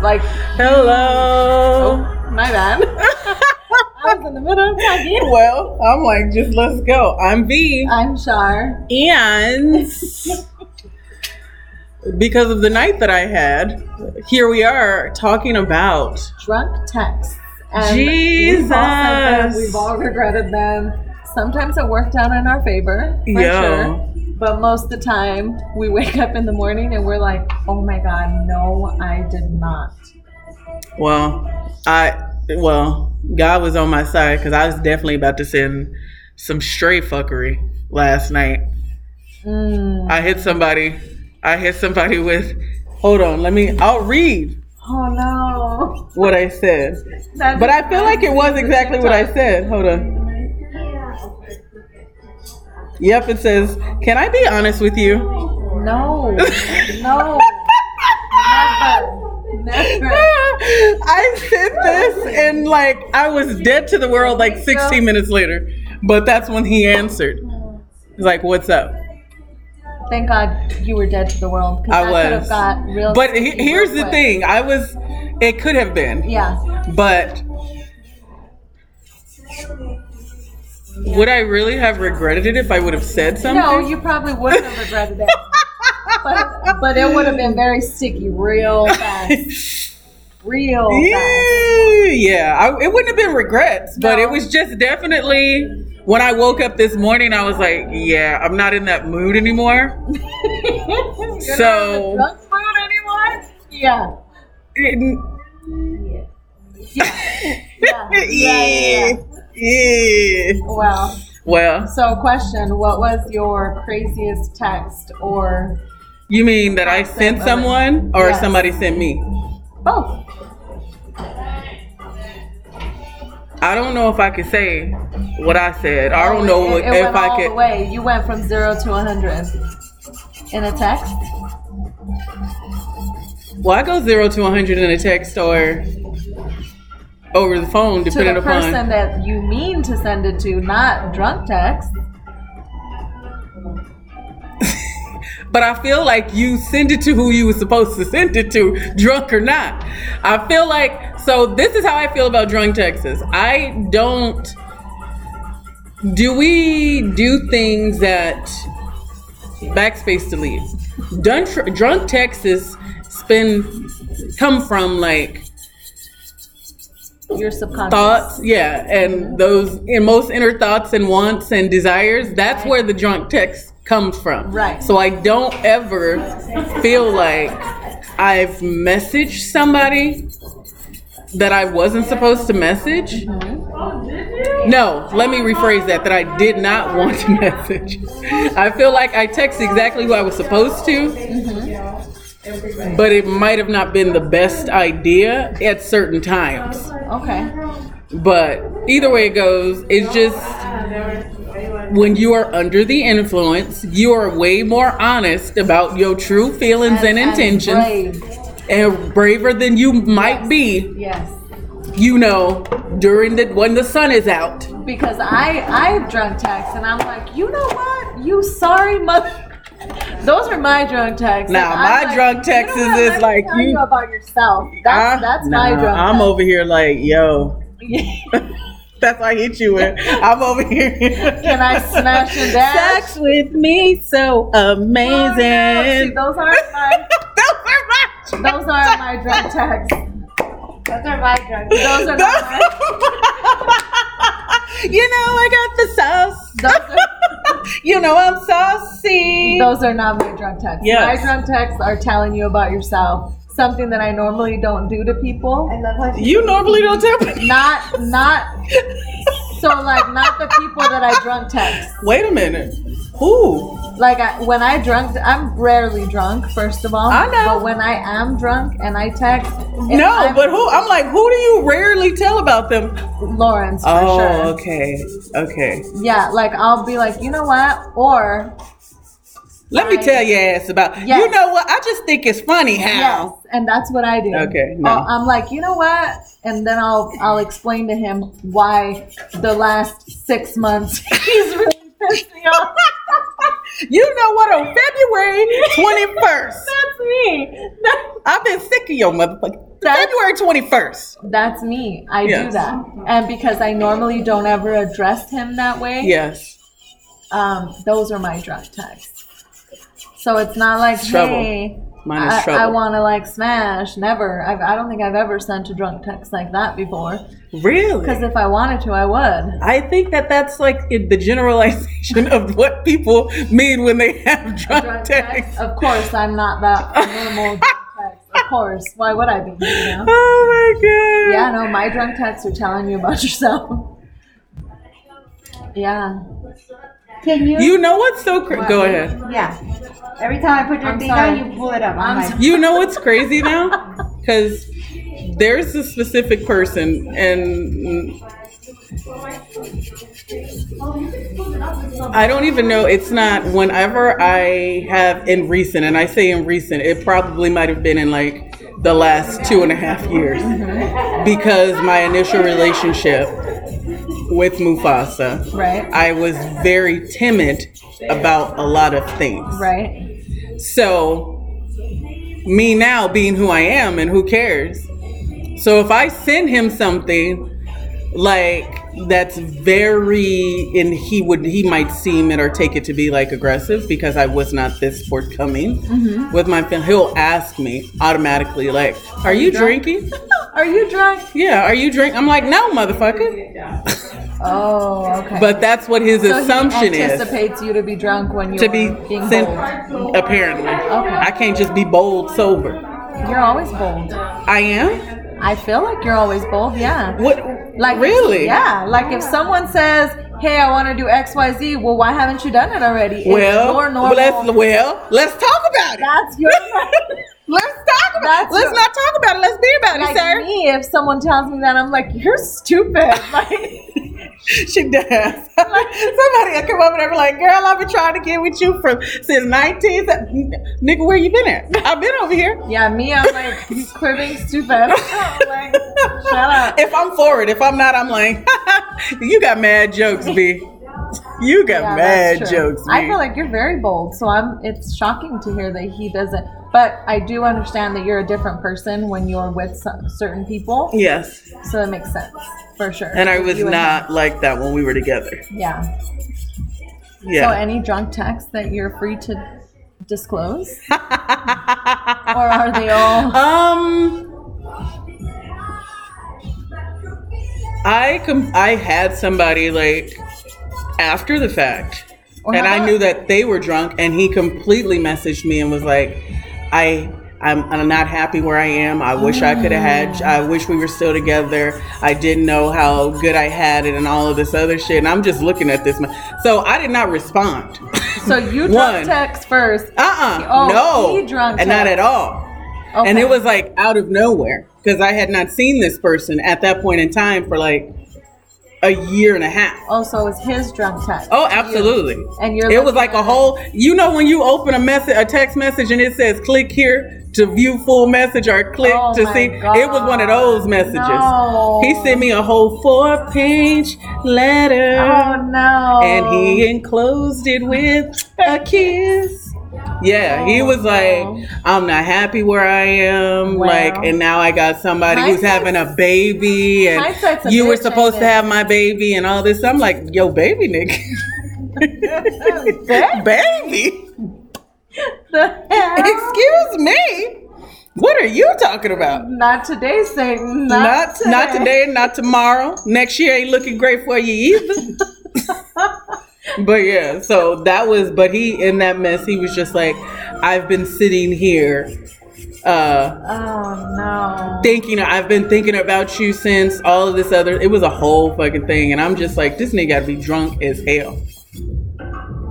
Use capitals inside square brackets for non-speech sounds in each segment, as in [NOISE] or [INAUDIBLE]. Like, oh, Hello. my [LAUGHS] bad. I was in the middle of talking. Well, I'm like, just let's go. I'm V. I'm Shar. And because of the night that I had, here we are talking about Drunk texts. And We've all, said them. Jesus. we've all regretted them. Sometimes it worked out in our favor, for Yo. sure. But most of the time, we wake up in the morning and we're like, oh my God, no, I did not. Well, I well, God was on my side because I was definitely about to send some straight fuckery last night. Mm. I hit somebody. I hit somebody with. Hold on, let me. I'll read Oh no. what I said, That's- but I feel like it was exactly what I said. Hold on. Yep, it says, "Can I be honest with you?" [LAUGHS] No. No. Never. Never. I sent this and like I was dead to the world like 16 minutes later, but that's when he answered. He's like, "What's up?" Thank God you were dead to the world. 'cause I that Could have was. got real But he, sticky here's real the quick. thing: I was. It could have been, Yeah. but would I really have regretted it if I would have said something? No, you probably wouldn't have regretted [LAUGHS] it. but, but it would have been very sticky, [LAUGHS] real fast, real fast. yeah, yeah. I, it wouldn't have been regrets, but No. it was just definitely when I woke up this morning. I was like, yeah, I'm not in that mood anymore. You're [LAUGHS] not in the So- drunk mood anymore? Yeah. It- [LAUGHS] Yeah. Yeah. Yeah. yeah, yeah. yeah. Well, Well, so question: What was your craziest text or you mean that I sent someone or Yes. somebody sent me? both? I don't know if I could say what I said. I don't know It- it if went I all could. The way you went from zero to a hundred in a text. Well, I go zero to 100 in a text or over the phone, to depending the upon. person that you mean to send it to, not drunk text. But I feel like you send it to who you were supposed to send it to, drunk or not. I feel like so. This is how I feel about drunk Texas. I don't. Do we do things that backspace delete? Drunk, drunk Texas spin come from like Your subconscious. thoughts, yeah, and those and most inner thoughts and wants and desires. That's where the drunk text comes from. Right. So I don't ever feel like I've messaged somebody that I wasn't supposed to message. No, let me rephrase that that I did not want to [LAUGHS] message. I feel like I text exactly who I was supposed to. But it might have not been the best idea at certain times. Okay. But either way it goes, it's just when you are under the influence, you are way more honest about your true feelings and, intentions brave. and braver than you might be, Yes. you know, during the when the sun is out. Because I I've drunk texts and I'm like, you know what? You sorry mother. [LAUGHS] Those are my drunk texts. Nah, And my I'm drunk you know texts what? is Let me like tell you- you about yourself. That's I- that's my nah, drunk. I'm text. over here like, yo. That's why I hit you [LAUGHS] with. I'm over here. Can I smash and dash? Sex with me, so Oh, no. [LAUGHS] See, [LAUGHS] amazing. those aren't my [LAUGHS] Those are my those aren't my drunk texts. Those are my drugs. Those are not my [LAUGHS] you know I got the sauce. those are You know I'm saucy. Those are not my drunk texts. Yes. My drunk texts are telling you about yourself, something that I normally don't do to people. I love how she You normally don't tell me. Not, not, so like, not the people that I drunk text. Wait a minute. Who? Like, I, when I drunk, I'm rarely drunk, first of all. I know. But when I am drunk and I text, if No, I'm- but who? I'm like, who do you rarely tell about them? Lawrence, for Oh, sure. okay, okay. Yeah, like, I'll be like, you know what? Or, Let me I- tell your ass about. Yes. You know what? I just think it's funny yes. how. And that's what I do. Okay, no. I'll- I'm like, you know what? And then I'll I'll explain to him [LAUGHS] why the last six months he's really pissed me off. [LAUGHS] You know what? On February 21st, That's me. [LAUGHS] I've been sick of your motherfucker. That's- February 21st. That's me. I do Yes. that. And because I normally don't ever address him that way, Yes. um, those are my drunk texts. So it's not like, Trouble. hey, Mine is I, trouble. I want to like smash. Never. I've, I don't think I've ever sent a drunk text like that before. Because Really? if I wanted to, I would. I think that that's like it- the generalization of what people mean when they have drunk, Drunk texts. text, of course, I'm not [LAUGHS] that normal drunk text. Of course. Why would I be? You know? Oh my god. Yeah, no, my drunk texts are telling you about [LAUGHS] yourself. Yeah. Can you? You know what's so cra- go ahead. Yeah. Every time I put your I'm thing sorry. down, you pull it up. I'm I'm, like, You know what's crazy now? Cuz there's a specific person and I don't even know it's not whenever I have in recent and I say in recent it probably might have been in like the last two and a half years because my initial relationship with Mufasa Right. I was very timid about a lot of things. Right. So, me now being who I am and who cares. So, if I send him something like that's very, and he would, he might seem it or take it to be like aggressive because I was not this forthcoming Mm-hmm. with my family, he'll ask me automatically, like, Are you drunk?" drinking? Are you drunk? Yeah, are you drink? I'm like, No, motherfucker. Oh, okay. But that's what his So he assumption is. anticipates you to be drunk when you're to be being sent bold. apparently Okay. i can't just be bold sober You're always bold. i am I feel like you're always bold. Yeah. what Like really Yeah. Like if someone says, "Hey, I want to do X, Y, Z," well, why haven't you done it already? It's well your normal. let's well let's talk about it that's [LAUGHS] your. let's talk That's about it let's your- not talk about it let's be about like it sir me, if someone tells me that, I'm like, "You're stupid." [LAUGHS] Like. [LAUGHS] she does [LAUGHS] somebody will come over there and be like girl i've been trying to get with you from since 19 nigga where you been at i've been over here Yeah, me, I'm like cribbing stupid. like, shut [LAUGHS] up. if i'm forward if i'm not i'm like [LAUGHS] you got mad jokes b you got Yeah, that's mad true. jokes B. I feel like you're very bold, so I'm. It's shocking to hear that he doesn't. But I do understand that you're a different person when you're with some, certain people, yes so it makes sense for sure. And I was You not like that when we were together. him. yeah. So Yeah. any drunk texts that you're free to disclose, [LAUGHS] or are they all? um I com- I had somebody like after the fact. Or and how I about- knew that they were drunk and he completely messaged me and was like, I I'm, I'm not happy where I am. I wish I could have Oh. had. I wish we were still together. I didn't know how good I had it and all of this other shit. And I'm just looking at this. Man. So I did not respond. [LAUGHS] So you drunk One. text first. Uh-uh. Oh, no. he drunk and not text. at all. Okay. And it was like out of nowhere because I had not seen this person at that point in time for like a year and a half. also it's his drunk text. Oh, absolutely. And you're It was looking like a whole you know when you open a message a text message and it says click here to view full message or click Oh to my see it was one of those God. messages. No. He sent me a whole four page letter. Oh no. and he Oh. enclosed it [LAUGHS] with a kiss. Yeah, he was like, Oh. I'm not happy where I am. Wow. Like, and now I got somebody who's Hindsight's- having a baby, and hindsight's a you were bitch, supposed to ain't it? have my baby, and all this. I'm like, yo, baby, [LAUGHS] nigga. baby? the hell? Excuse me? What are you talking about? Not today, Satan. Not, Not, today. not today, not tomorrow. Next year ain't looking great for you either. but yeah, so that was. But he in that mess, he was just like, I've been sitting here, uh, Oh no. thinking. I've been thinking about you since all of this other. It was a whole fucking thing, and I'm just like, this nigga got to be drunk as hell.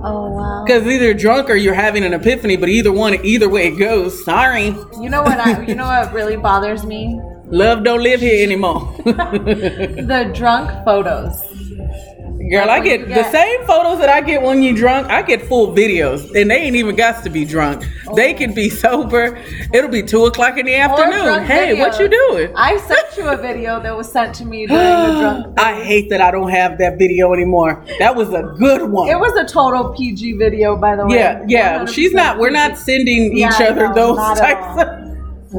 Oh wow. Because either drunk or you're having an epiphany. But either one, either way it goes. Sorry, You know what? I, you know what really bothers me? [LAUGHS] love don't live here anymore. The drunk photos. Girl, I Like when get you the got- same photos that I get when you drunk. I get full videos, and they ain't even got to be drunk. Oh. They can be sober. It'll be two o'clock in the afternoon. drunk Hey, what you videos. doing? I sent you a video that was sent to me during the drunk. [GASPS] I hate that I don't have that video anymore. That was a good one. It was a total PG video, by the way. yeah, yeah. 100% She's not. We're not sending Yeah, each other no, those not at types. Of,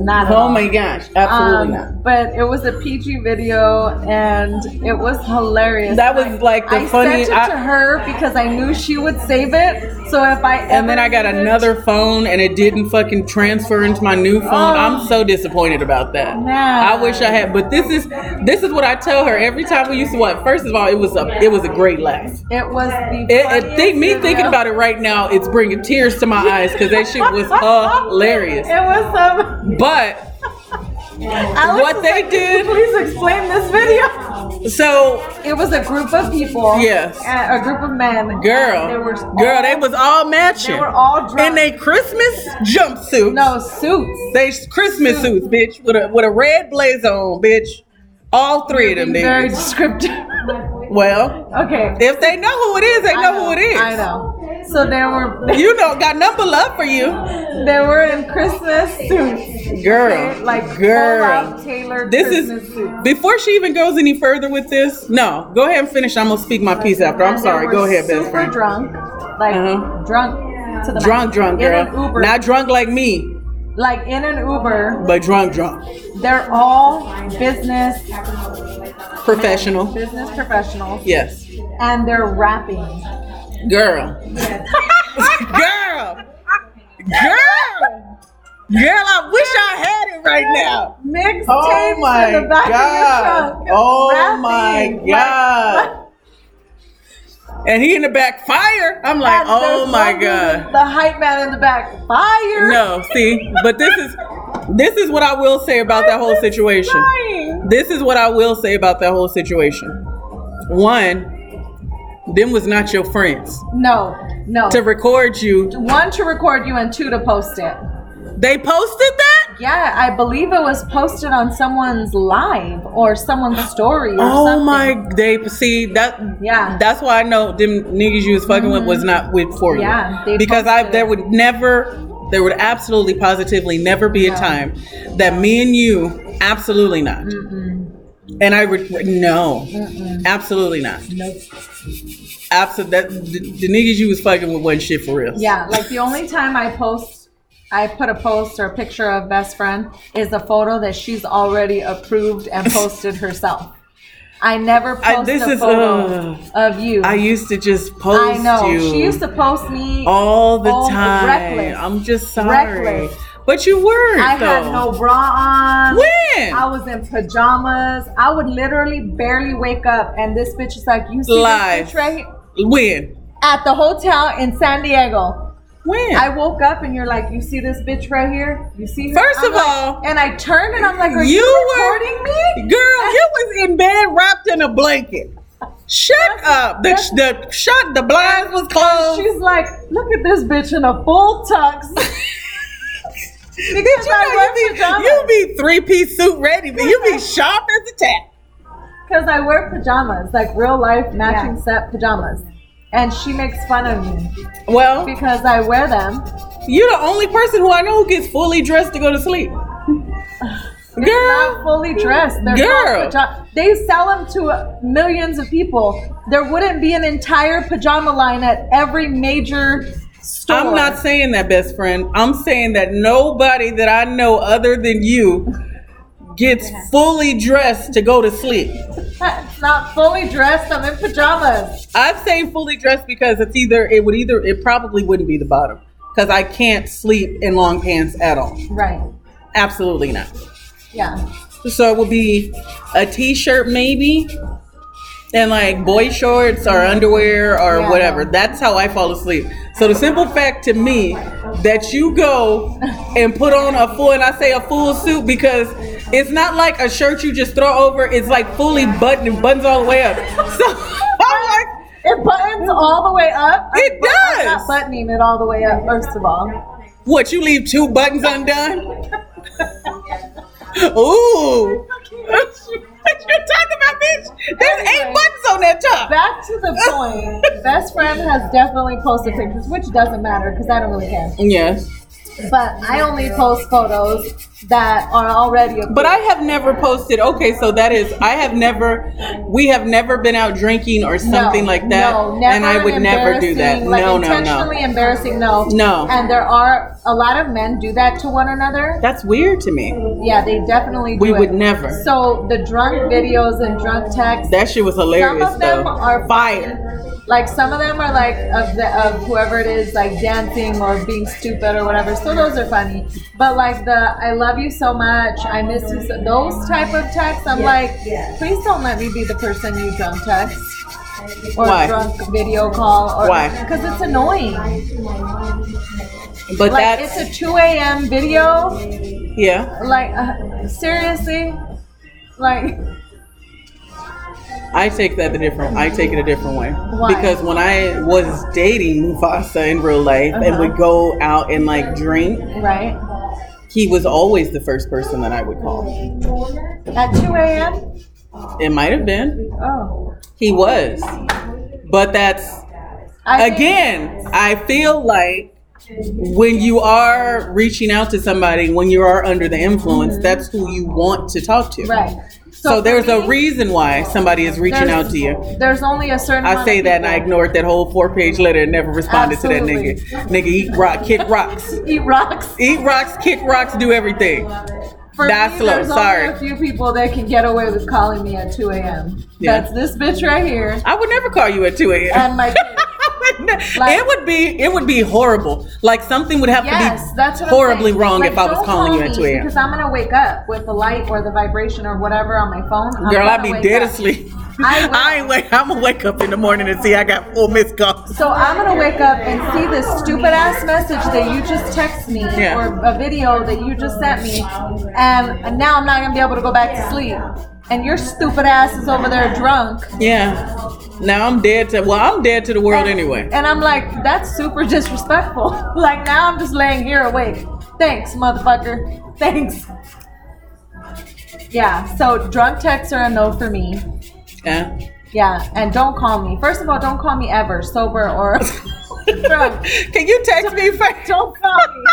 Not at oh all. my gosh, absolutely Um, But it was a PG video, and it was hilarious. not. That was like the I funny. sent it to I, her because I knew she would save it. So if I and then ever I got needed- another phone, and it didn't fucking transfer into my new phone. I'm Oh. so disappointed about that. Man. I wish I had. But this is this is what I tell her every time we used to watch. First of all, it was a it was a great laugh. It was the. It, it, think, me funniest thinking video. about it right now, it's bringing tears to my eyes because that shit [LAUGHS] was hilarious. It was some. But Alex What was they like, did- Please explain this video. so It was a group of people. Yes. and A group of men. girl, and They were girl, they was all matching. They were all drunk. in they Christmas jumpsuits. no suits. they s- Christmas suits, bitch, with a with a red blaze on, bitch. All three of them Very niggas. descriptive. [LAUGHS] Well, okay. if they know who it is, they I know, who it is. I know. So they were You know, got number love for you, they were in Christmas suits. girl. They, like girl. full-out tailored This Christmas is suits. before she even goes any further with this. No, go ahead and finish. I'm gonna speak my piece after. I'm And they sorry. were Go ahead, best super friend. drunk, like Uh-huh. drunk to the Drunk, max. drunk, in girl. An Uber, Not drunk like me, like in an Uber. but drunk, drunk. They're all business Professional. business professionals, Yes, and they're rapping. girl. girl, girl, girl. I wish I had it right [LAUGHS] now. Mixtapes Oh my in the back god! of your trunk. Oh rapping, my like, god! And he in the back fire. I'm like, and oh there's my one dude, god. The hype man in the back, fire. No, see, but this is this is what I will say about that whole situation. Dying. This is what I will say about that whole situation. One, them was not your friends No, no. to record you. one to record you and two to post it. They posted that. Yeah, I believe it was posted on someone's live or someone's story. Or Oh something. my! They see that. Yeah. That's why I know them niggas you was fucking with was not with for you. Mm-hmm. Yeah, they because I posted there it. would never, there would absolutely, positively never be a No. time that me and you absolutely not. And I would no, absolutely not. Nope. Absolutely, that the, the niggas you was fucking with wasn't shit for real. Yeah, like the only time I post, I put a post or a picture of best friend is a photo that she's already approved [LAUGHS] and posted herself. I never post I- this a is, uh, photo of you. I used to just post I know. you She used to post me. all the all time. reckless. I'm just sorry, Reckless. but you were. I had no bra on. When? I was in pajamas. I would literally barely wake up, and this bitch is like, "You see Lies. this bitch right here? when? at the hotel in San Diego." When? I woke up and you're like, "You see this bitch right here? You see?" Her? First I'm of like- all, and I turned and I'm like, "Are you, you were- recording me?" Girl, you was in bed wrapped in a blanket. Shut up. The, the shut the blinds was closed. She's like, "Look at this bitch in a full tux." [LAUGHS] because You, know, I wear you pajamas. be, you be three piece suit ready, but you be sharp as a tack. Because I wear pajamas, like real life matching set pajamas. And she makes fun of me Well, because I wear them. you're the only person who I know who gets fully dressed to go to sleep. Not Girl, fully dressed. They're Girl. called paja- they sell them to millions of people. There wouldn't be an entire pajama line at every major store. I'm not saying that, best friend. I'm saying that nobody that I know other than you gets fully dressed to go to sleep. not fully dressed. I'm in pajamas. I'm saying fully dressed because it's either it would either it probably wouldn't be the bottom because I can't sleep in long pants at all. Right. Absolutely not. Yeah. So it would be a t-shirt maybe and like boy shorts or underwear or Yeah. whatever. That's how I fall asleep. So the simple fact to me that you go and put on a full and I say a full suit because it's not like a shirt you just throw over. It's like fully buttoned and buttons all the way up. [LAUGHS] So I'm like It buttons all the way up. It I'm does. not buttoning it all the way up, first of all. What, you leave two buttons undone? [LAUGHS] Ooh. what you talking about, bitch? There's eight Anyway. buttons on that top. back to [LAUGHS] the point. Best friend has definitely posted pictures, which doesn't matter because I don't really care. Yes. But I only post photos that are already. approved. But I have never posted. Okay, so that is I have never. We have never been out drinking or something No, like that, No, never and I would an never do that. embarrassing, Like no, no, intentionally no. embarrassing. No, No. And there are a lot of men do that to one another. That's weird to me. Yeah, they definitely. Do We it. would never. So the drunk videos and drunk texts. That shit was hilarious. Some of them though. are fire. Like some of them are like of the of whoever it is like dancing or being stupid or whatever. So those are funny. But like the I love you so much, I miss you. So, those type of texts, I'm like, please don't let me be the person you drunk text or Why? drunk video call or Why? Because it's annoying. But like that's it's a two a.m. video. yeah. Like uh, seriously, like [LAUGHS] I take that a different. I take it a different way Why? because when I was dating Vasa in real life and Uh-huh. would go out and like drink, right he was always the first person that I would call. at two a.m. It might have been Oh, he was, but that's I think- again, I feel like when you are reaching out to somebody, when you are under the influence, that's who you want to talk to. Mm-hmm. Right. So, there's for a me, reason why somebody is reaching there's- out to you. There's only a certain. I amount say of that and I people- ignored that whole four page letter and never responded Absolutely. to that nigga. Nigga, eat rock, kick rocks. Eat [LAUGHS] rocks. Eat rocks, kick rocks, do everything. For That's me, low, there's sorry. only a few people that can get away with calling me at 2 a.m. Yeah. That's this bitch right here I would never call you at 2 a.m. and my [LAUGHS] kids. I would ne- Like- it would be it would be horrible. Like something would have Yes, to be that's what I'm horribly saying. wrong Like, if I was don't calling call you at me 2 a.m. Because I'm gonna wake up with the light or the vibration or whatever on my phone. I'm Girl, I'd gonna be wake dead up. asleep. I will. [LAUGHS] I ain't wake. I'm gonna wake up in the morning and see I got full missed calls. So I'm gonna wake up and see this stupid ass message that you just text me Yeah. or a video that you just sent me, and now I'm not gonna be able to go back to sleep. And your stupid ass is over there drunk. Yeah. Now I'm dead to. Well, I'm dead to the world anyway. And I'm like, that's super disrespectful. [LAUGHS] like now I'm just laying here awake. Thanks, motherfucker. [LAUGHS] Thanks. Yeah. So drunk texts are a no for me. Yeah. Yeah, and don't call me. First of all, don't call me ever, sober or [LAUGHS] drunk. Can you text me first? Don't call me.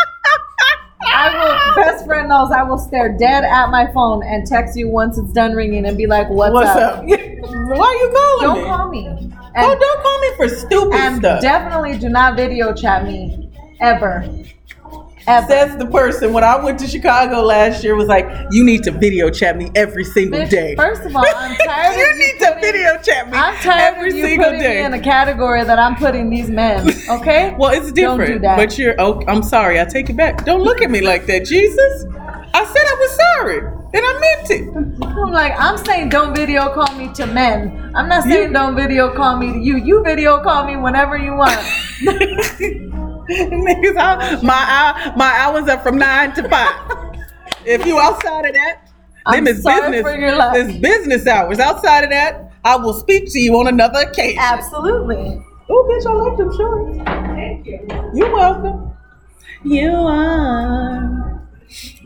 I will. Best friend knows I will stare dead at my phone and text you once it's done ringing and be like, [LAUGHS] "What's, What's [LAUGHS] up? Why you Don't calling me? call me. And, oh, don't call me for stupid and stuff. definitely do not video chat me ever. Ever. Says the person when I went to Chicago last year was like, you need to video chat me every single Bitch, day. First of all, [LAUGHS] I'm tired. you of need to video chat me [LAUGHS] I'm tired every of you single putting day. me in a category that I'm putting these men. Okay. [LAUGHS] Well, it's Don't different. do that. But you're. Oh, I'm sorry. I take it back. Don't look at me like that, Jesus. I said I was sorry, and I meant it. I'm like, I'm saying don't video call me to men. I'm not saying You- don't video call me to you. You video call me whenever you [LAUGHS] want. Niggas, I, my hour, my hours are from nine to five. if you outside of that, I'm them is sorry business. for your life. It's business hours. Outside of that, I will speak to you on another occasion. Absolutely. Oh, bitch, I like them shorts. Thank you. You're welcome. You are.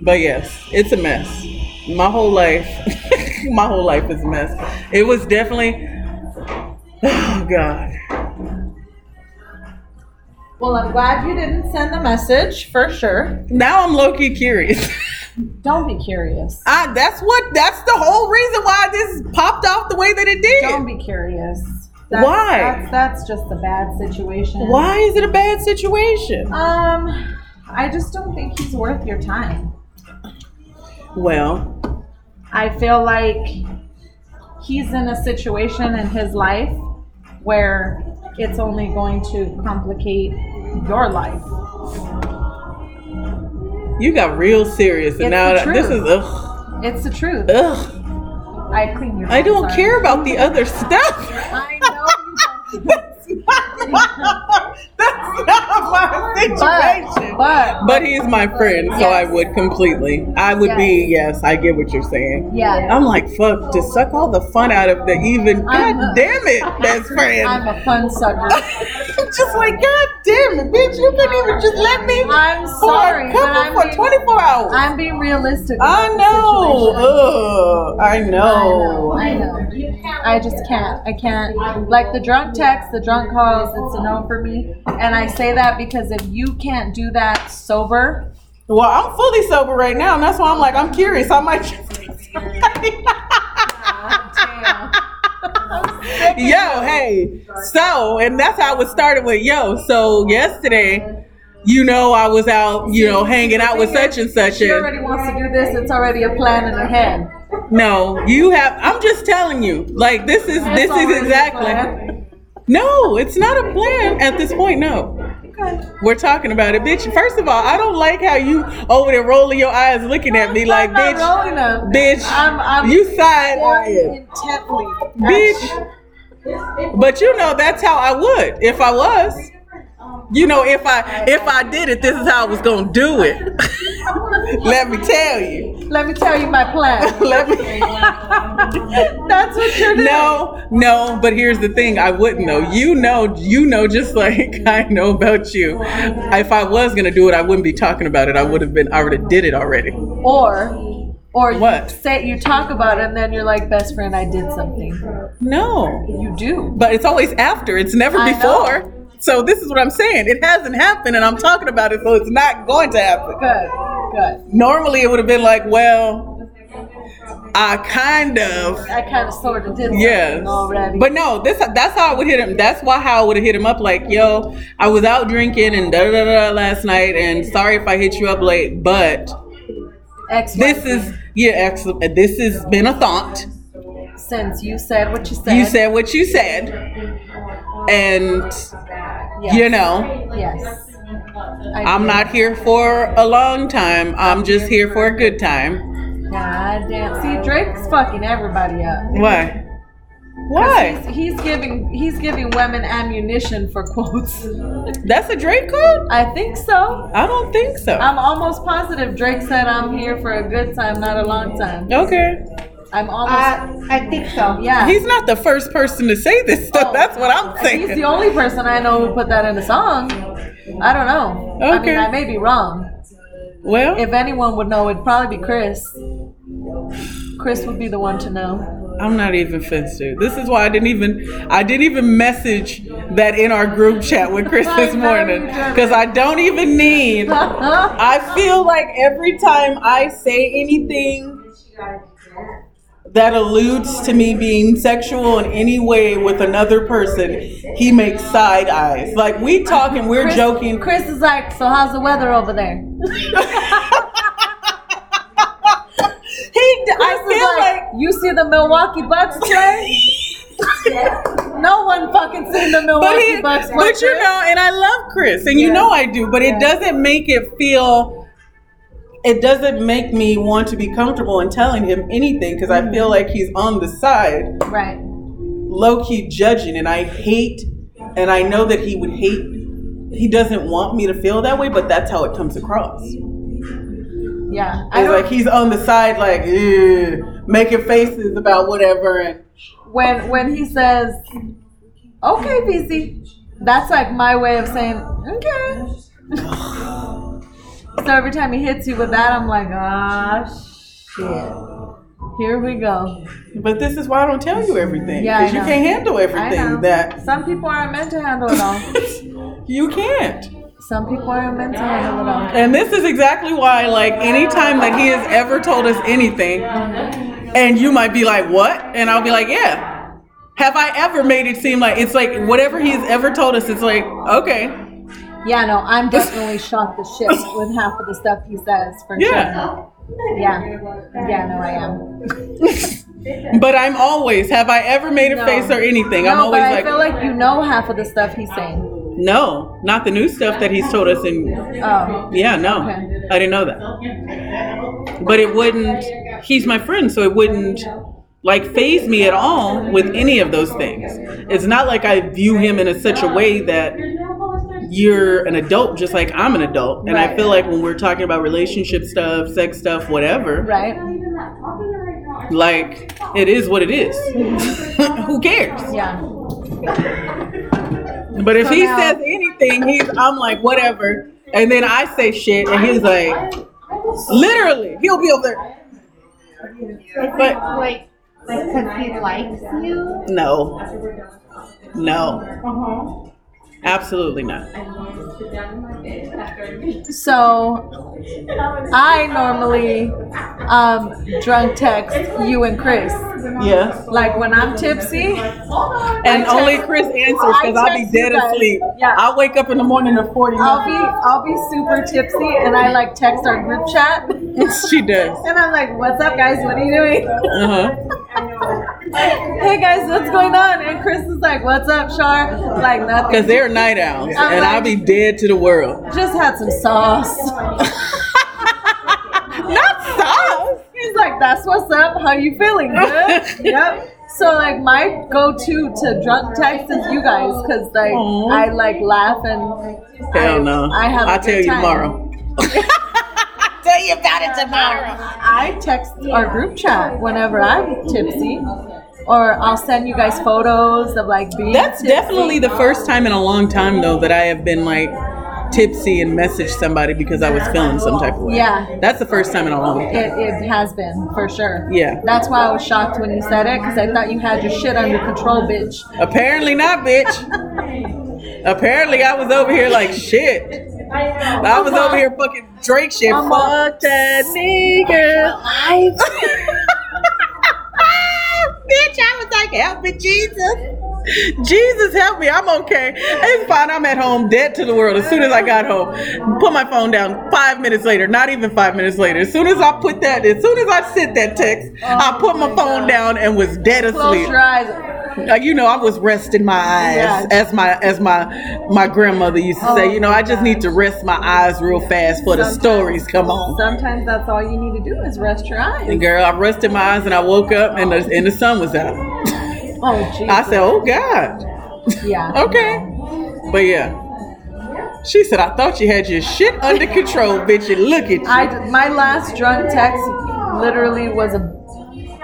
But yes, it's a mess. My whole life, [LAUGHS] my whole life is a mess. It was definitely, [SIGHS] oh God. Well, I'm glad you didn't send the message for sure. Now I'm low key curious. [LAUGHS] Don't be curious. I, that's what, that's the whole reason why this popped off the way that it did. Don't be curious. Why? That's, that's just a bad situation. Why is it a bad situation? Um, I just don't think he's worth your time. Well, I feel like he's in a situation in his life where it's only going to complicate your life. you got real serious, and It's now the that- this is, truth. ugh, It's the truth. ugh. I clean your. I don't sorry. care about the other stuff. [LAUGHS] I know. you That's not my, that's not my don't. situation. but, but But he's my friend, so I would completely. I would be, yes, I get what you're saying. yeah, I'm like, fuck, to suck all the fun out of the even. I'm God a- [LAUGHS] damn it, best friend. I'm a fun sucker. [LAUGHS] just like, God damn it, bitch, you couldn't even just let me. I'm for a sorry, but couple I'm for being- 24 hours. I'm being realistic. I about the know. Oh. situation. Ugh, I know. I know. I just can't. I can't. Like the drunk texts, the drunk calls, it's a no for me. And I say that because if you can't do that sober, Well, I'm fully sober right now, and that's why I'm like, I'm curious. I might just [LAUGHS] take somebody. [LAUGHS] yo, hey. So, and that's how it started with yo. So yesterday, you know, I was out, you know, hanging out with such and such. she And already wants to do this, it's already a plan in her head. no, you have. I'm just telling you. Like this is this That's already is a exactly. plan. No, it's not a plan at this point. No. We're talking about it, bitch. First of all, I don't like how you over there rolling your eyes, looking at me like, I'm not bitch, rolling them. bitch, I'm, I'm you side staring intently. bitch. But you know that's how I would if I was. You know, if I if I did it, this is how I was gonna do it. [LAUGHS] Let me tell you. Let me tell you my [LAUGHS] plan. Let me. That's what you're doing. [LAUGHS] No, no. But here's the thing: I wouldn't know. You know, you know, just [LAUGHS] like I know about you. If I was gonna do it, I wouldn't be talking about it. I would have been. I would have did it already. Or, or What? you say you talk about it, and then you're like, best friend, I did something. No, You do. but it's always after. It's never I before. So this is what I'm saying. It hasn't happened, and I'm talking about it, so it's not going to happen. Good. Good. normally it would have been like, well, I kind of, I kind of sort of did something yes. already. But no, this that's how I would hit him. That's why how I would have hit him up. Like, yo, I was out drinking and da da da last night, and sorry if I hit you up late, but Ex- this is yeah, ex- this has been a thought. since you said what you said. You said what you said, and yes. you know, Yes. I I'm did. not here for a long time. I'm just here for a good time. God damn. See, Drake's fucking everybody up. Why? Why? He's, he's giving he's giving women ammunition for quotes. That's a Drake quote? I think so. I don't think so. I'm almost positive Drake said I'm here for a good time, not a long time. okay. I'm almost I, "Uh, I think so. yeah. Uh, He's not the first person to say this stuff. That's what I'm Oh, He's saying. the only person I know who put that in a song. I don't know. I mean, Okay. I may be wrong. well, If anyone would know, it'd probably be Chris. Chris would be the one to know. [LAUGHS] I'm not even fenced to. This is why I didn't even I didn't even message that in our group chat with Chris I this know morning you didn't. because I don't even need. I I feel like every time I say anything that alludes to me being sexual in any way with another person, he makes side eyes. Like we talking, we're joking. Chris is like, so how's the weather over there? He, I Chris is feel like you see the Milwaukee Bucks play? no one fucking seen the but Milwaukee he, Bucks play. but you know, and I love Chris, and you Yeah. know I do, but it Yeah. doesn't make it feel. It doesn't make me want to be comfortable in telling him anything because I Mm-hmm. feel like he's on the side, right? low key judging, and I hate, and I know that he would hate. He doesn't want me to feel that way, but that's how it comes across. It's Yeah, I don't, like he's on the side, like "Ugh," making faces about whatever, and when when he says, "Okay, BC," that's like my way of saying, "Okay." [LAUGHS] so every time he hits you with that, I'm like, "Ah, shit." Here we go. but this is why I don't tell you everything Yeah, I because you know. can't handle I everything know. that Some people aren't meant to handle it all. you can't. Some people aren't meant to handle it all. And this is exactly why, like, anytime that he has ever told us anything, and you might be like, what? And I'll be like, yeah. Have I ever made it seem like it's like whatever he's ever told us, it's like, okay. Yeah, no, I'm definitely shocked the [LAUGHS] shit with half of the stuff he says for Yeah. sure. Yeah. Yeah, no, I am. But I'm always, have I ever made a No. face or anything? I'm No, but always I like, feel like you know half of the stuff he's saying. no, not the new stuff that he's told us. And Oh. yeah, no, Okay. I didn't know that. But it wouldn't, he's my friend, so it wouldn't like phase me at all with any of those things. It's not like I view him in a, such a way that you're an adult, just like I'm an adult. And I Right. feel like when we're talking about relationship stuff, sex stuff, whatever, Right? like it is what it is. [LAUGHS] Who cares? Yeah. But if So he now- says anything, he's I'm like whatever, and then I say shit, and he's like, literally, he'll be over there. But Like, like because he likes you. No. No. Uh-huh. Absolutely not. So I normally um, drunk text you and Chris. Yeah. Like when I'm tipsy, And I text- only Chris answers because I'll be text dead you guys. asleep. Yeah. I'll wake up in the morning at 40 I'll be I'll be super tipsy and I like text our group chat [LAUGHS] and [LAUGHS] she does. I'm like, what's up guys? What are you doing? Uh-huh. hey guys, what's going on? And Chris is like, what's up, Shar? Like Because nothing. they're night owls, and I'll be dead to the world. Just had some sauce. [LAUGHS] Not sauce. He's like, that's what's up. How you feeling? [LAUGHS] Good. yep. So like my go-to to drunk text is you guys because like Aw. I like laugh and Hell I, no. I have. a I'll good tell you time. tomorrow. tell you about it tomorrow. Uh, I text our group chat whenever I'm tipsy, or I'll send you guys photos of like being. That's tipsy. definitely the first time in a long time though that I have been like tipsy and messaged somebody because I was feeling some type of way. Yeah. That's the first time in a long time. It, it has been for sure. Yeah. That's why I was shocked when you said it because I thought you had your shit under control, bitch. Apparently not, bitch. Apparently I was over here like shit. I was over here fucking Drake shit. I'm a- Fuck that nigga. Bitch, I was like, help me, Jesus. Jesus, help me. I'm okay. It's fine. I'm at home, dead to the world. As soon as I got home, put my phone down. Five minutes later, not even five minutes later. As soon as I put that, as soon as I sent that text, I put my phone down and was dead Oh Close asleep. your eyes. Like, you know, I was resting my eyes, Yeah. as my as my my grandmother used to say. You know, I just need to rest my eyes real fast for the Oh Sometimes- stories come on. Sometimes that's all you need to do is rest your eyes. And girl, I rested my eyes and I woke up and the, and the sun was out. [LAUGHS] Oh, Jesus. I said, "Oh God, yeah. okay." But yeah, she said, "I thought you had your shit under control, bitch." And look at you. I my last drunk text literally was a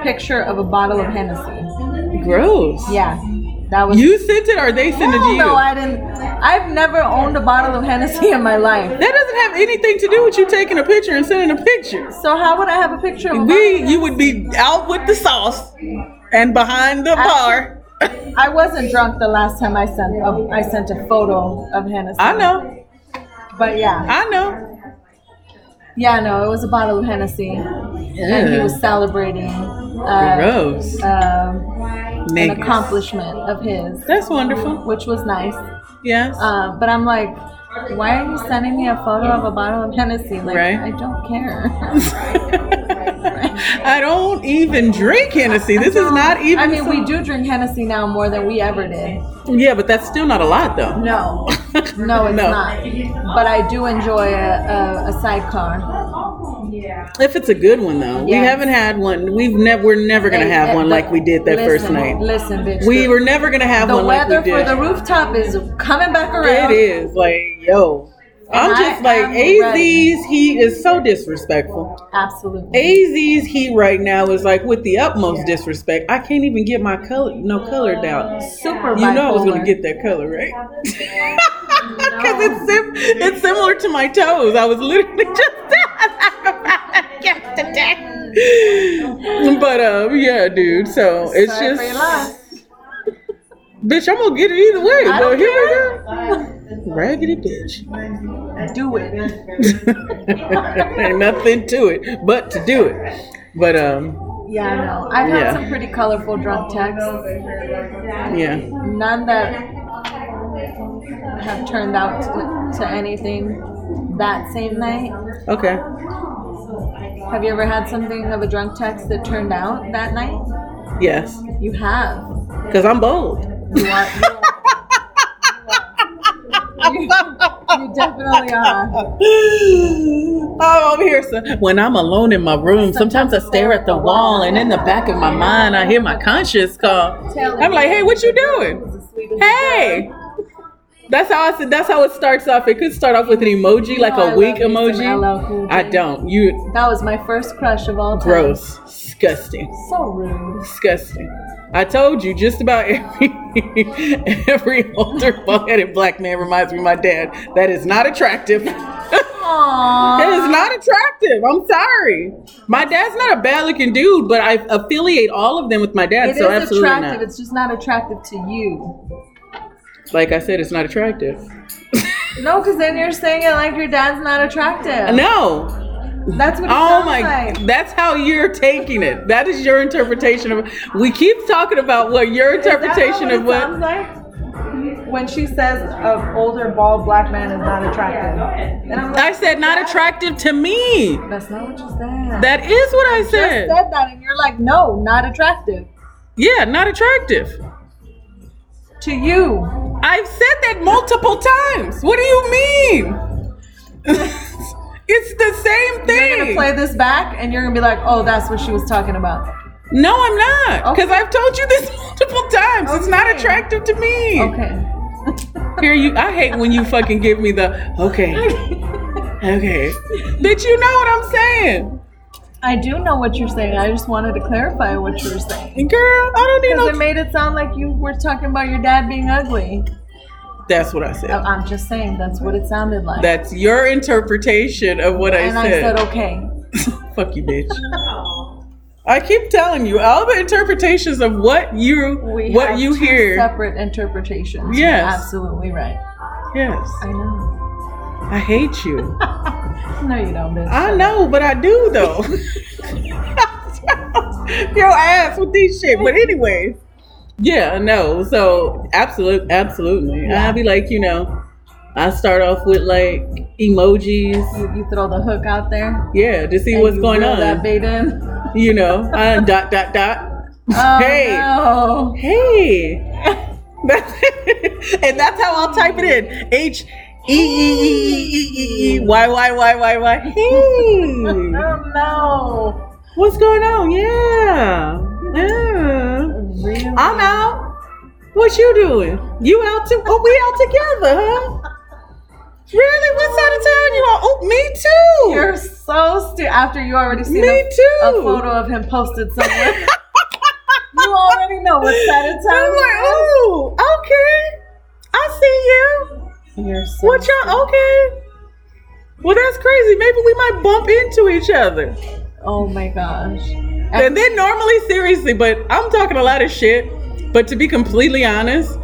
picture of a bottle of Hennessy. Gross. Yeah, that was. You sent it, or they sent it to Hell you? no, I didn't. I've never owned a bottle of Hennessy in my life. that doesn't have anything to do with you taking a picture and sending a picture. So how would I have a picture of? a We, you would be out with the sauce and behind the bar. bottle? I wasn't drunk the last time I sent a, I sent a photo of Hennessy. I know. But yeah, I know. yeah, no, it was a bottle of Hennessy, and he was celebrating. Uh, Gross. um, an Niggas. accomplishment of his, That's wonderful. which was nice. Yes. Uh, but I'm like, why are you sending me a photo of a bottle of Hennessy? Like, Right. I don't care. [LAUGHS] [LAUGHS] I don't even drink Hennessy. This is not even. I mean, we do drink Hennessy now more than we ever did. yeah, but that's still not a lot, though. No, no, it's No. not. But I do enjoy a, a, a sidecar. If it's a good one, though, we Yes. haven't had one. We've never. We're never gonna have one like we did that Listen, first night. Listen, bitch. We the- were never gonna have the one like we weather did. for the rooftop is coming back around. It is like yo. I'm And I just like am ready. AZ's heat is so disrespectful. Absolutely. AZ's heat right now is like with the utmost disrespect. I can't even get my color no colored out. Super You know I was gonna bipolar. get that color, right? [LAUGHS] Because it's sim- it's similar to my toes. I was literally [LAUGHS] just yesterday. But um, yeah, dude. So it's Sorry for your just, loss. bitch. I'm gonna get it either way. I But don't here we go, raggedy bitch. [LAUGHS] Do it. Ain't nothing to it but to do it. But um, Yeah, I know. I've had Yeah. some pretty colorful drunk texts. yeah. none that have turned out to, to anything that same night. Okay. Have you ever had something of a drunk text that turned out that night? Yes. You have. Cause I'm bold. [GASPS] You are. You, are. you, [LAUGHS] you definitely are. Oh, over here. So when I'm alone in my room, sometimes I stare at the wall, and in the back of my mind, I hear my conscience call. I'm like, "Hey, what you doing? Hey!" That's how I said. That's how it starts off. It could start off with an emoji, like know I a weak love me some LL emoji. Cool J. I don't. You That was my first crush of all time. gross, disgusting. So rude. disgusting. I told you just about [LAUGHS] every every older bald-headed black man reminds me of my dad. That is not attractive. [LAUGHS] Aww. It Uh-huh. is not attractive. I'm sorry. My dad's not a bad looking dude, but I affiliate all of them with my dad, It so is absolutely attractive. not. It's just not attractive to you. Like I said, it's not attractive. No, because then you're saying it like your dad's not attractive. No, That's what it Oh sounds my! like. That's how you're taking it. That is your interpretation of. We keep talking about what your interpretation Is that of what it what. sounds like? When she says an older bald black man is not attractive, and I'm like, I said not attractive to me. that's not what you said. That is what I just said. said that, and you're like, no, not attractive Yeah, not attractive. to you. I've said that multiple times. What do you mean? [LAUGHS] it's the same You're gonna thing. play this back, and you're gonna be like, oh, that's what she was talking about. no, I'm not. Because Okay. I've told you this [LAUGHS] multiple times. It's not Okay. attractive to me. Okay. Here you I hate when you fucking give me the okay. Okay. Bitch, you know what I'm saying. I do know what you're saying. I just wanted to clarify what you were saying. And Girl, I don't need Because it no made it sound like you were talking about your dad being ugly. That's what I said. I- I'm just saying that's what it sounded like. That's your interpretation of what I and I said. [LAUGHS] said, "Oh." okay. Fuck you, bitch. I keep telling you, all the interpretations of what you We what have you two hear. Separate interpretations. You're Yes. absolutely right. yes. I know. I hate you. No, you don't, bitch. I know, but I do [LAUGHS] though. Your ass with these shit. But anyways. Yeah, no. So absolute absolutely. Yeah. I'll be like, you know, I start off with like emojis. You, you throw the hook out there. Yeah, to see and what's you going reel on. That bait [LAUGHS] in. You know. [LAUGHS] Uh, dot dot dot. Oh, [LAUGHS] Hey. no. [LAUGHS] Hey. [LAUGHS] and that's how I'll type it in. H E E E E E E E Y Y Y Y Y. Hey. [LAUGHS] Oh, What's going on? Yeah. Yeah. no. Really? I'm out. What you doing? You out too? Oh, we out together, huh? Really? What side of town you on? Oh, me too. You're so stupid. After you already seen Me a, too. a photo of him posted [LAUGHS] somewhere. you already know what side of I'm town. like, oh, okay. I see you. You're so What y'all okay? Well, that's crazy. Maybe we might bump into each other. Oh my gosh. And then normally, seriously, but I'm talking a lot of shit. But to be completely honest,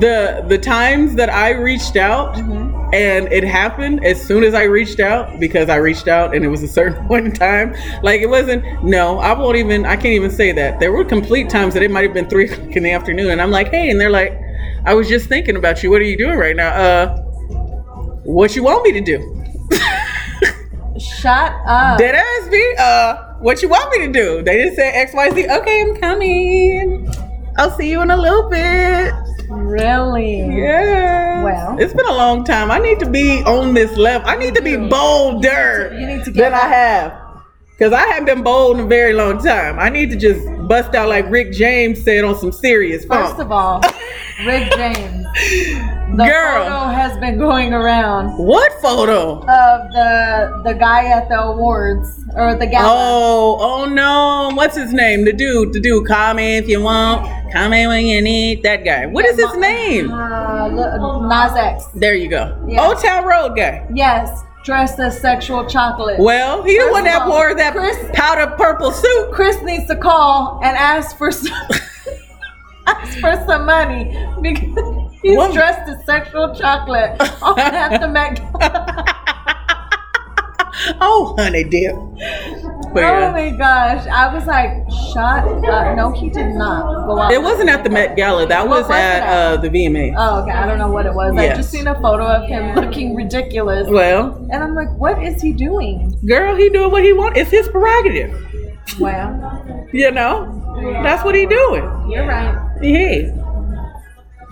the the times that I reached out Mhm. and it happened as soon as I reached out because I reached out and it was a certain [LAUGHS] point in time. Like it wasn't. No, I won't even. I can't even say that. There were complete times that it might have been three [LAUGHS] o'clock in the afternoon, and I'm like, hey, and they're like, I was just thinking about you. What are you doing right now? Uh, what you want me to do? [LAUGHS] Shut up. Dead ass B, uh, what you want me to do? They just said XYZ. Okay, I'm coming. I'll see you in a little bit. Really? Yeah. Well. it's been a long time. I need to be on this level. I need to be bolder You need to get than I up. have. Because I haven't been bold in a very long time. I need to just bust out like Rick James said on some serious First funk. of all, [LAUGHS] Rick James. The Girl. photo has been going around what photo? of the the guy at the awards or the gala. Oh, oh no. What's his name? The dude, the dude. Comment if you want. Comment when you need. That guy. What is his name? Uh, look, Nas X. There you go. Yeah. Old Town Road guy. Yes, dressed as sexual chocolate. Well, he the First one of that all, wore that Chris- powder purple suit. [LAUGHS] Chris needs to call and ask for some [LAUGHS] ask for some money because [LAUGHS] he's Woman. dressed as sexual [LAUGHS] chocolate on at the Met Gala. Oh, honey dip. But Oh yeah. my gosh! I was like, shut up! No, he did not go out. It wasn't at the Met Gala. That What was, was Oh, it at at? uh, the VMA. Oh, okay. I don't know what it was. I Yes. just seen a photo of him looking ridiculous, Well, and I'm like, what is he doing? girl, he doing what he want. It's his prerogative. Well, You know, that's what he doing. you're right. Yeah,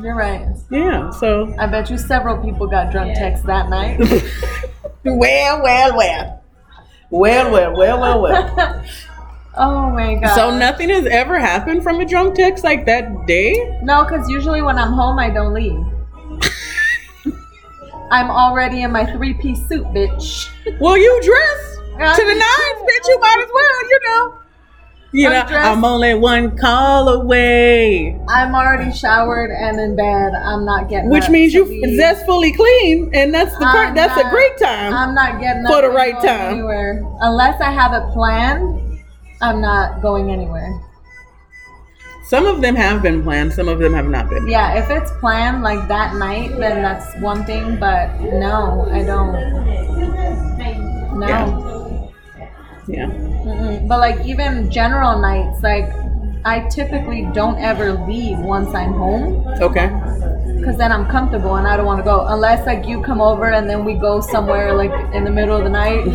You're right. yeah. [LAUGHS] So, I bet you several people got drunk texts that night. [LAUGHS] well, well, well, well, well, well, well, [LAUGHS] well. oh my god. So nothing has ever happened from a drunk text like that day. No, because usually when I'm home, I don't [LAUGHS] leave. I'm already in my three piece suit, bitch. Well, you dressed Yeah. to the nines, bitch. You might as well, you know. You know, Undressed. I'm only one call away, I'm already showered and in bed. I'm not getting which up means to you leave. that's fully clean, and that's the part. I'm That's a not- great time. I'm not getting up For the and right going time. anywhere unless I have it planned. I'm not going anywhere. some of them have been planned. Some of them have not been. Yeah, if it's planned like that night, then that's one thing. But no, I don't. No. Yeah. Yeah. Mm-mm. But like even general nights, like I typically don't ever leave once I'm home Okay. [LAUGHS] because then I'm comfortable and I don't want to go unless like you come over and then we go somewhere like in the middle of the [LAUGHS] night.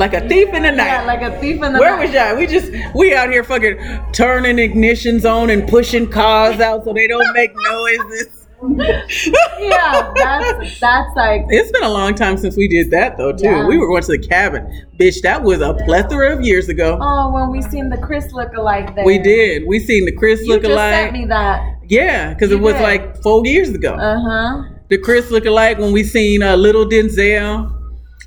like a thief in the night. Yeah, like a thief in the Where night. was y'all? We just we out here fucking turning ignitions on and pushing cars out so they don't make noises. [LAUGHS] [LAUGHS] yeah, that's that's like It's been a long time since we did that though too. Yeah. We were going to the cabin, bitch. That was a plethora of years ago. oh when we seen the Chris lookalike there. We did. We seen the Chris You just sent lookalike. me that. Yeah, because it You was did. like four years ago. Uh huh. the Chris lookalike when we seen uh, little Denzel,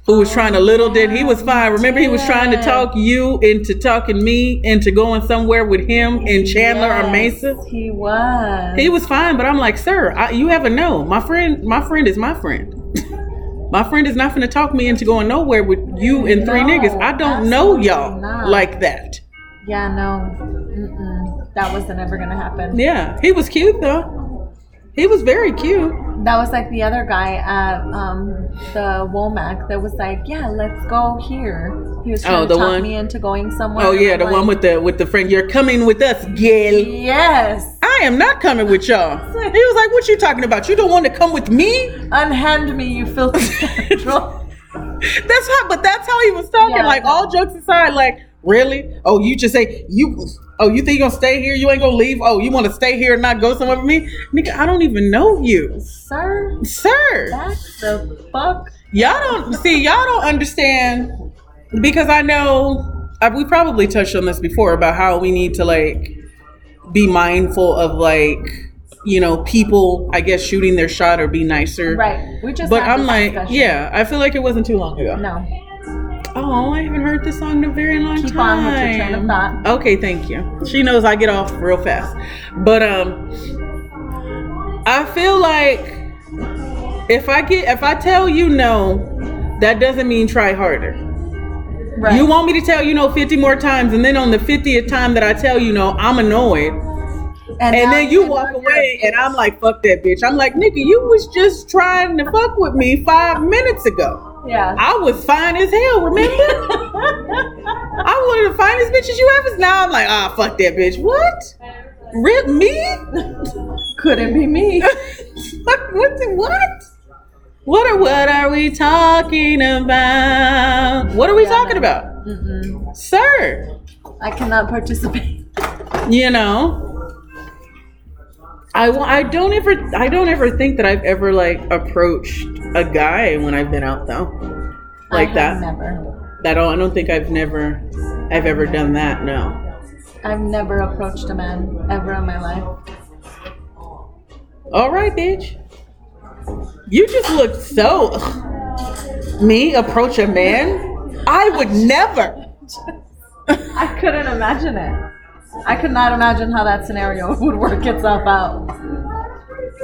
who was trying to little Den. He was fine. Remember, he was trying to Oh, Yeah. talk you into talking me into going somewhere with him and Chandler or Yes, Mesa. He was. He was fine, but I'm like, sir, I, you haven't know. My friend, my friend is my friend. [LAUGHS] my friend is not gonna talk me into going nowhere with you and three No, niggas. I don't know absolutely y'all not. like that. yeah, no. Mm-mm. That wasn't ever gonna happen. Yeah, he was cute though. He was very cute. That was like the other guy at um, the Womack that was like, yeah, let's go here. He was trying Oh, to the talk one- me into going somewhere. Oh and yeah, I'm the like, one with the with the friend. You're coming with us, Gail. Yes. I am not coming with y'all. He was like, What you talking about? You don't want to come with me? Unhand me, you [LAUGHS] filthy scoundrel. That's how but that's how he was talking. Yeah. Like all jokes aside, like, really? Oh, you just say you oh, you think you're gonna stay here? You ain't gonna leave? Oh, you wanna stay here and not go somewhere with me? Nigga, I don't even know you. Sir, Sir. that's the fuck. Y'all don't see, y'all don't understand because I know I, we probably touched on this before about how we need to like be mindful of like you know people I guess shooting their shot or be nicer Right. We just But had I'm this like, discussion. yeah, I feel like it wasn't too long ago. No. Oh, I haven't heard this song in a very long Keep time. on with your train of thought. Okay, thank you. She knows I get off real fast. But um I feel like if I get if I tell you no, that doesn't mean try harder. Right. You want me to tell you no 50 more times and then on the 50th time that I tell you no, I'm annoyed. And now then you know walk you're away, a and I'm like, "Fuck that bitch!" I'm like, "Nigga, you was just trying to fuck with me five minutes ago. bitch. Yeah. I was fine as hell, [LAUGHS] remember? I wanted the finest bitches you ever." Now I'm like, "Ah, fuck that bitch. What? Rip me? [LAUGHS] Could it be me? Fuck what? The, what? What are what are we talking about? What are we Yeah, Mm-hmm. talking no. about, Mm-mm. sir? I cannot participate. You know." I, wa- I don't ever I don't ever think that I've ever like approached a guy when I've been out though. Like I that. have Never. That all, I don't think I've never I've ever done that. No. I've never approached a man ever in my life. All right, bitch. You just look so. ugh. Me approach a man? I would never. I couldn't imagine it. I could not imagine how that scenario [LAUGHS] would work itself out.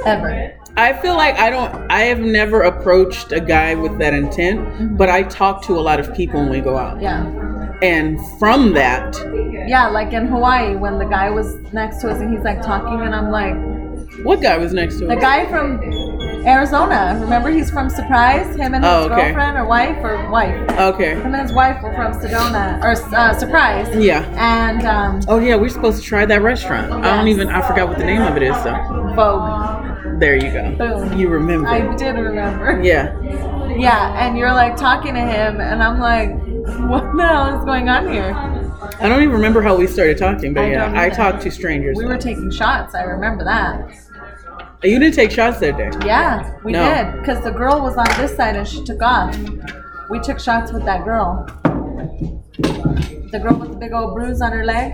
Ever. I feel like I don't. I have never approached a guy with that intent, but I talk to a lot of people when we go out, Yeah. and from that, Yeah, like in Hawaii when the guy was next to us and he's like talking and I'm like, what guy was next to the us? guy from Arizona, remember he's from Surprise? Him and his Oh, okay. girlfriend or wife or wife. Okay. Him and his wife were from Sedona or uh, Surprise. Yeah. And um, Oh yeah, we're supposed to try that restaurant. I don't Yes. even. I forgot what the name of it is. So Vogue. there you go. Boom. You remember? I did remember. [LAUGHS] yeah. Yeah, and you're like talking to him, and I'm like, what the hell is going on here? I don't even remember how we started talking, but I yeah, don't I either. talked to strangers. We were taking shots. I remember that. you didn't take shots that day. Yeah, we No. did because the girl was on this side and she took off. We took shots with that girl. The girl with the big old bruise on her leg.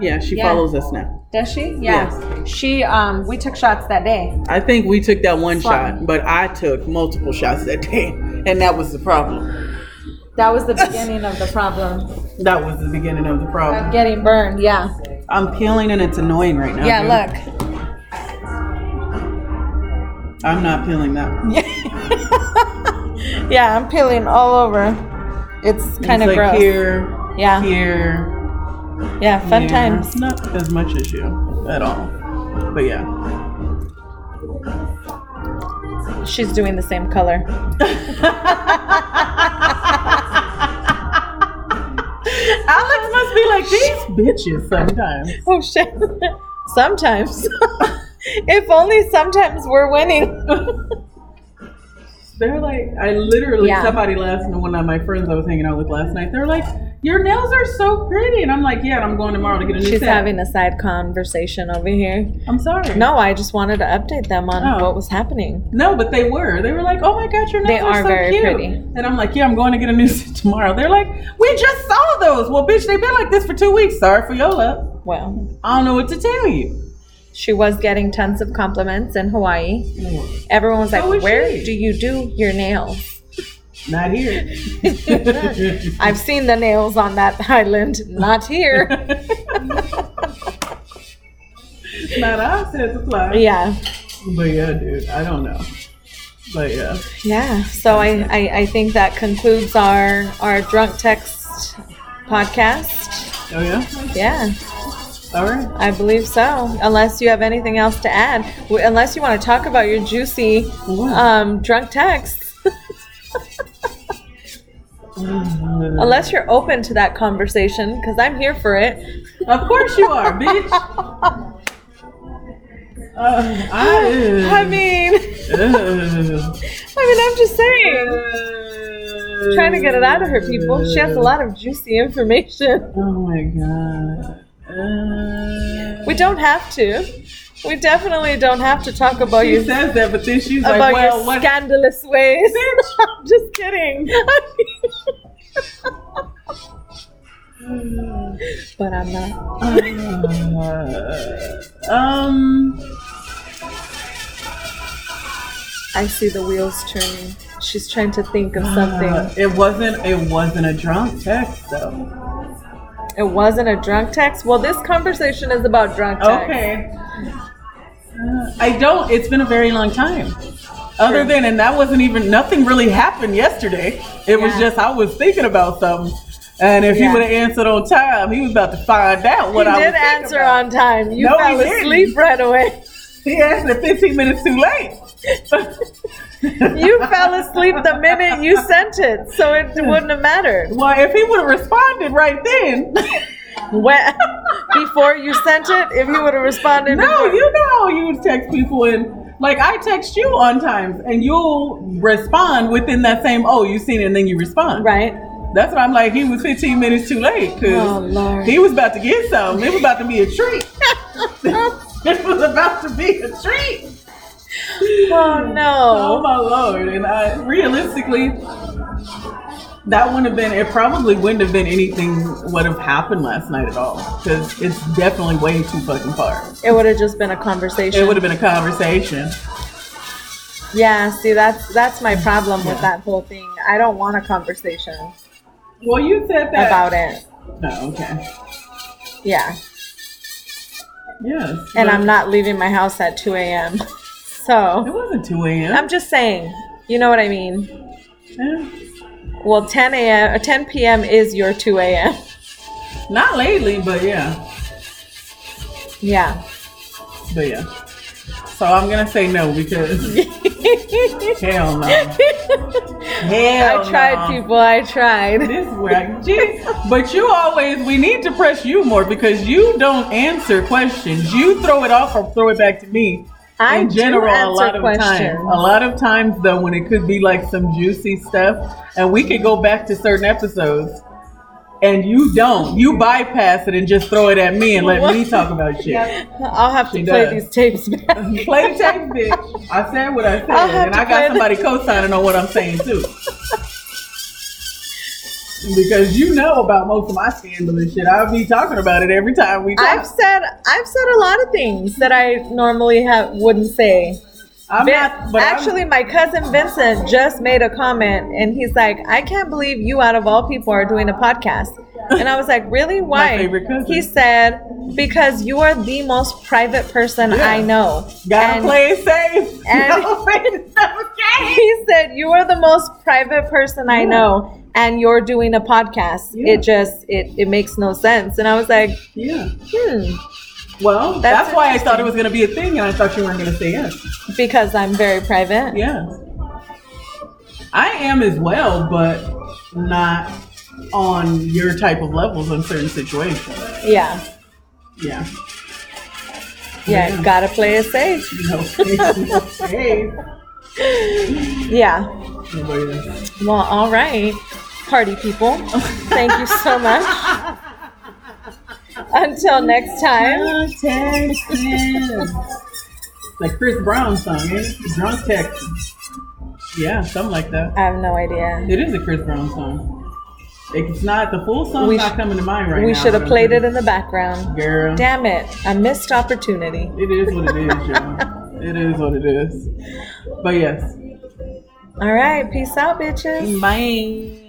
Yeah, she Yeah. follows us now. Does she? Yeah. She. Um. We took shots that day. I think we took that one Fuck. shot, but I took [LAUGHS] multiple shots that day, and that was the problem. That was the beginning of the problem. That was the beginning of the problem. I'm getting burned. Yeah. I'm peeling and it's annoying right now. Yeah. dude. Look. [LAUGHS] I'm not peeling that. Yeah, I'm peeling all over. It's kind of it's like gross. Here, Yeah. here. Yeah. Fun here. times. Not as much as you at all. But yeah. [LAUGHS] She's doing the same [LAUGHS] color. Alex must be like these bitches sometimes. Oh shit. Sometimes. [LAUGHS] if only sometimes we're winning. [LAUGHS] They're like, I literally, Yeah. somebody last night, one of my friends I was hanging out with last night, they're like, your nails are so pretty. And I'm like, yeah, and I'm going tomorrow to get a new She's set. having a side conversation over here. I'm sorry. No, I just wanted to update them on Oh. what was happening. No, but they were. They were like, oh my God, your nails They are, are so very cute. pretty. And I'm like, yeah, I'm going to get a new [LAUGHS] set tomorrow. They're like, we just saw those. Well, bitch, they've been like this for two weeks. Sorry for your luck. Well, I don't know what to tell you. she was getting tons of compliments in Hawaii. Everyone was like, Mm. So was Where she. do you do your nails? Not [LAUGHS] here. [LAUGHS] I've seen the nails on that [LAUGHS] island, not [LAUGHS] here. It's not our set supply. yeah. But yeah, dude, I don't know. But yeah. Yeah. So I, I, I think that concludes our, our drunk text podcast. Oh yeah? Yeah. All right. I believe so. Unless you have anything else to add, W- unless you want to talk about your juicy um, drunk texts, [LAUGHS] Uh, unless you're open to that conversation, because I'm here for it. Of course you [LAUGHS] are, bitch. Uh, I, I mean, I uh, mean, I'm just saying. Trying to get it out of her, people. She has a lot of juicy information. Oh my god. Uh, We don't have to. We definitely don't have to talk about she your says that, but then she's about like, "Well, your what?" scandalous ways. [LAUGHS] I'm just [LAUGHS] kidding. [LAUGHS] but I'm not. Uh, [LAUGHS] um, I see the wheels turning. She's trying to think of uh, something. it wasn't. It wasn't a drunk text, though. It wasn't a drunk text. Well, this conversation is about drunk text. Okay. Uh, I don't. It's been a very long time. Other than, and that wasn't even, nothing really happened yesterday. It was Yeah. just, I was thinking about something. And if he Yeah. would have answered on time, he was about to find out what He I was did thinking answer about. on time. You No, he fell didn't. asleep right [LAUGHS] away. He answered 15 minutes too late. [LAUGHS] You fell asleep the minute you sent it, so it wouldn't have mattered. [LAUGHS] Well, if he would have responded right [LAUGHS] then, When, [LAUGHS] before you sent it, if you would have responded, no, before- you know how you text people and like I text you on times and you'll respond within that same, oh, you seen it and then you respond. right? That's why I'm like, he was 15 minutes too late Oh, because Lord. he was about to get something. It was about to be [LAUGHS] a treat. [LAUGHS] it was about to be a treat. Oh Oh no. my lord! And I realistically, that wouldn't have been. It probably wouldn't have been anything would have happened last night at all because it's definitely way too fucking far. It would have just been a conversation. It would have been a conversation. yeah, see that's that's my Mm-hmm. problem with that whole thing. I don't want a conversation Well, you said that about it. Oh, okay. Yeah. Yes. And but I'm not leaving my house at two AM. It [LAUGHS] So wasn't two a.m. I'm just saying, you know what I mean. Yeah. Well ten AM or ten PM is your two AM. Not lately, but yeah, [LAUGHS] Yeah. [LAUGHS] but yeah. So I'm gonna say no because [LAUGHS] hell no. Hell I tried no. people, I tried. [LAUGHS] This whack, Gee, but you always we need to press you more because you don't answer questions. You throw it off or throw it back to me. I in do general, a answer lot of times, questions. a lot of times though, when it could be like some juicy stuff, and we could go back to certain episodes, and you don't. You bypass it and just throw it at me and let me talk about shit. I'll have to She play does. these tapes back. [LAUGHS] Play tape, bitch. I said what I said, I'll have and to I play got somebody co-signing on what I'm saying too. Because you know about most of my scandal and shit. I'll be talking about it every time we I've talk. said I've said a lot of things that I normally have wouldn't say. I'm Vin- not, but I'm- actually, my cousin Vincent just made a comment, and he's like, "I can't believe you, out of all people, are doing a podcast." And I was like, [LAUGHS] really? Why? favorite cousin. He said, because you are the most private person I know. Gotta And play it safe. [LAUGHS] and- Gotta play it safe. [LAUGHS] He said, you are the most private person I know. And you're doing a podcast. Yeah. It just it it makes no sense. And I was like, Yeah. hmm, Well, that's, That's why I thought it was gonna be a thing, and I thought you weren't gonna say yes. because I'm very private. Yeah. I am as well, but not on your type of levels in certain situations. Yeah. Yeah. Yeah, Yeah. gotta play it safe. You know, hey. Yeah. Nobody else. Well, all right, party people. Thank you so much. Until next time. Drunk Texans. like Chris Brown's song, ain't it? Drunk Texans. Yeah, something like that. I have no idea. It is a Chris Brown song. It's not the full song's We not sh- coming to mind right now. We should but have I'm played it pretty- in the background. Girl, Damn it, a missed opportunity. it is what it is, y'all. It is what it is. But yes. All right, peace out, bitches. Bye.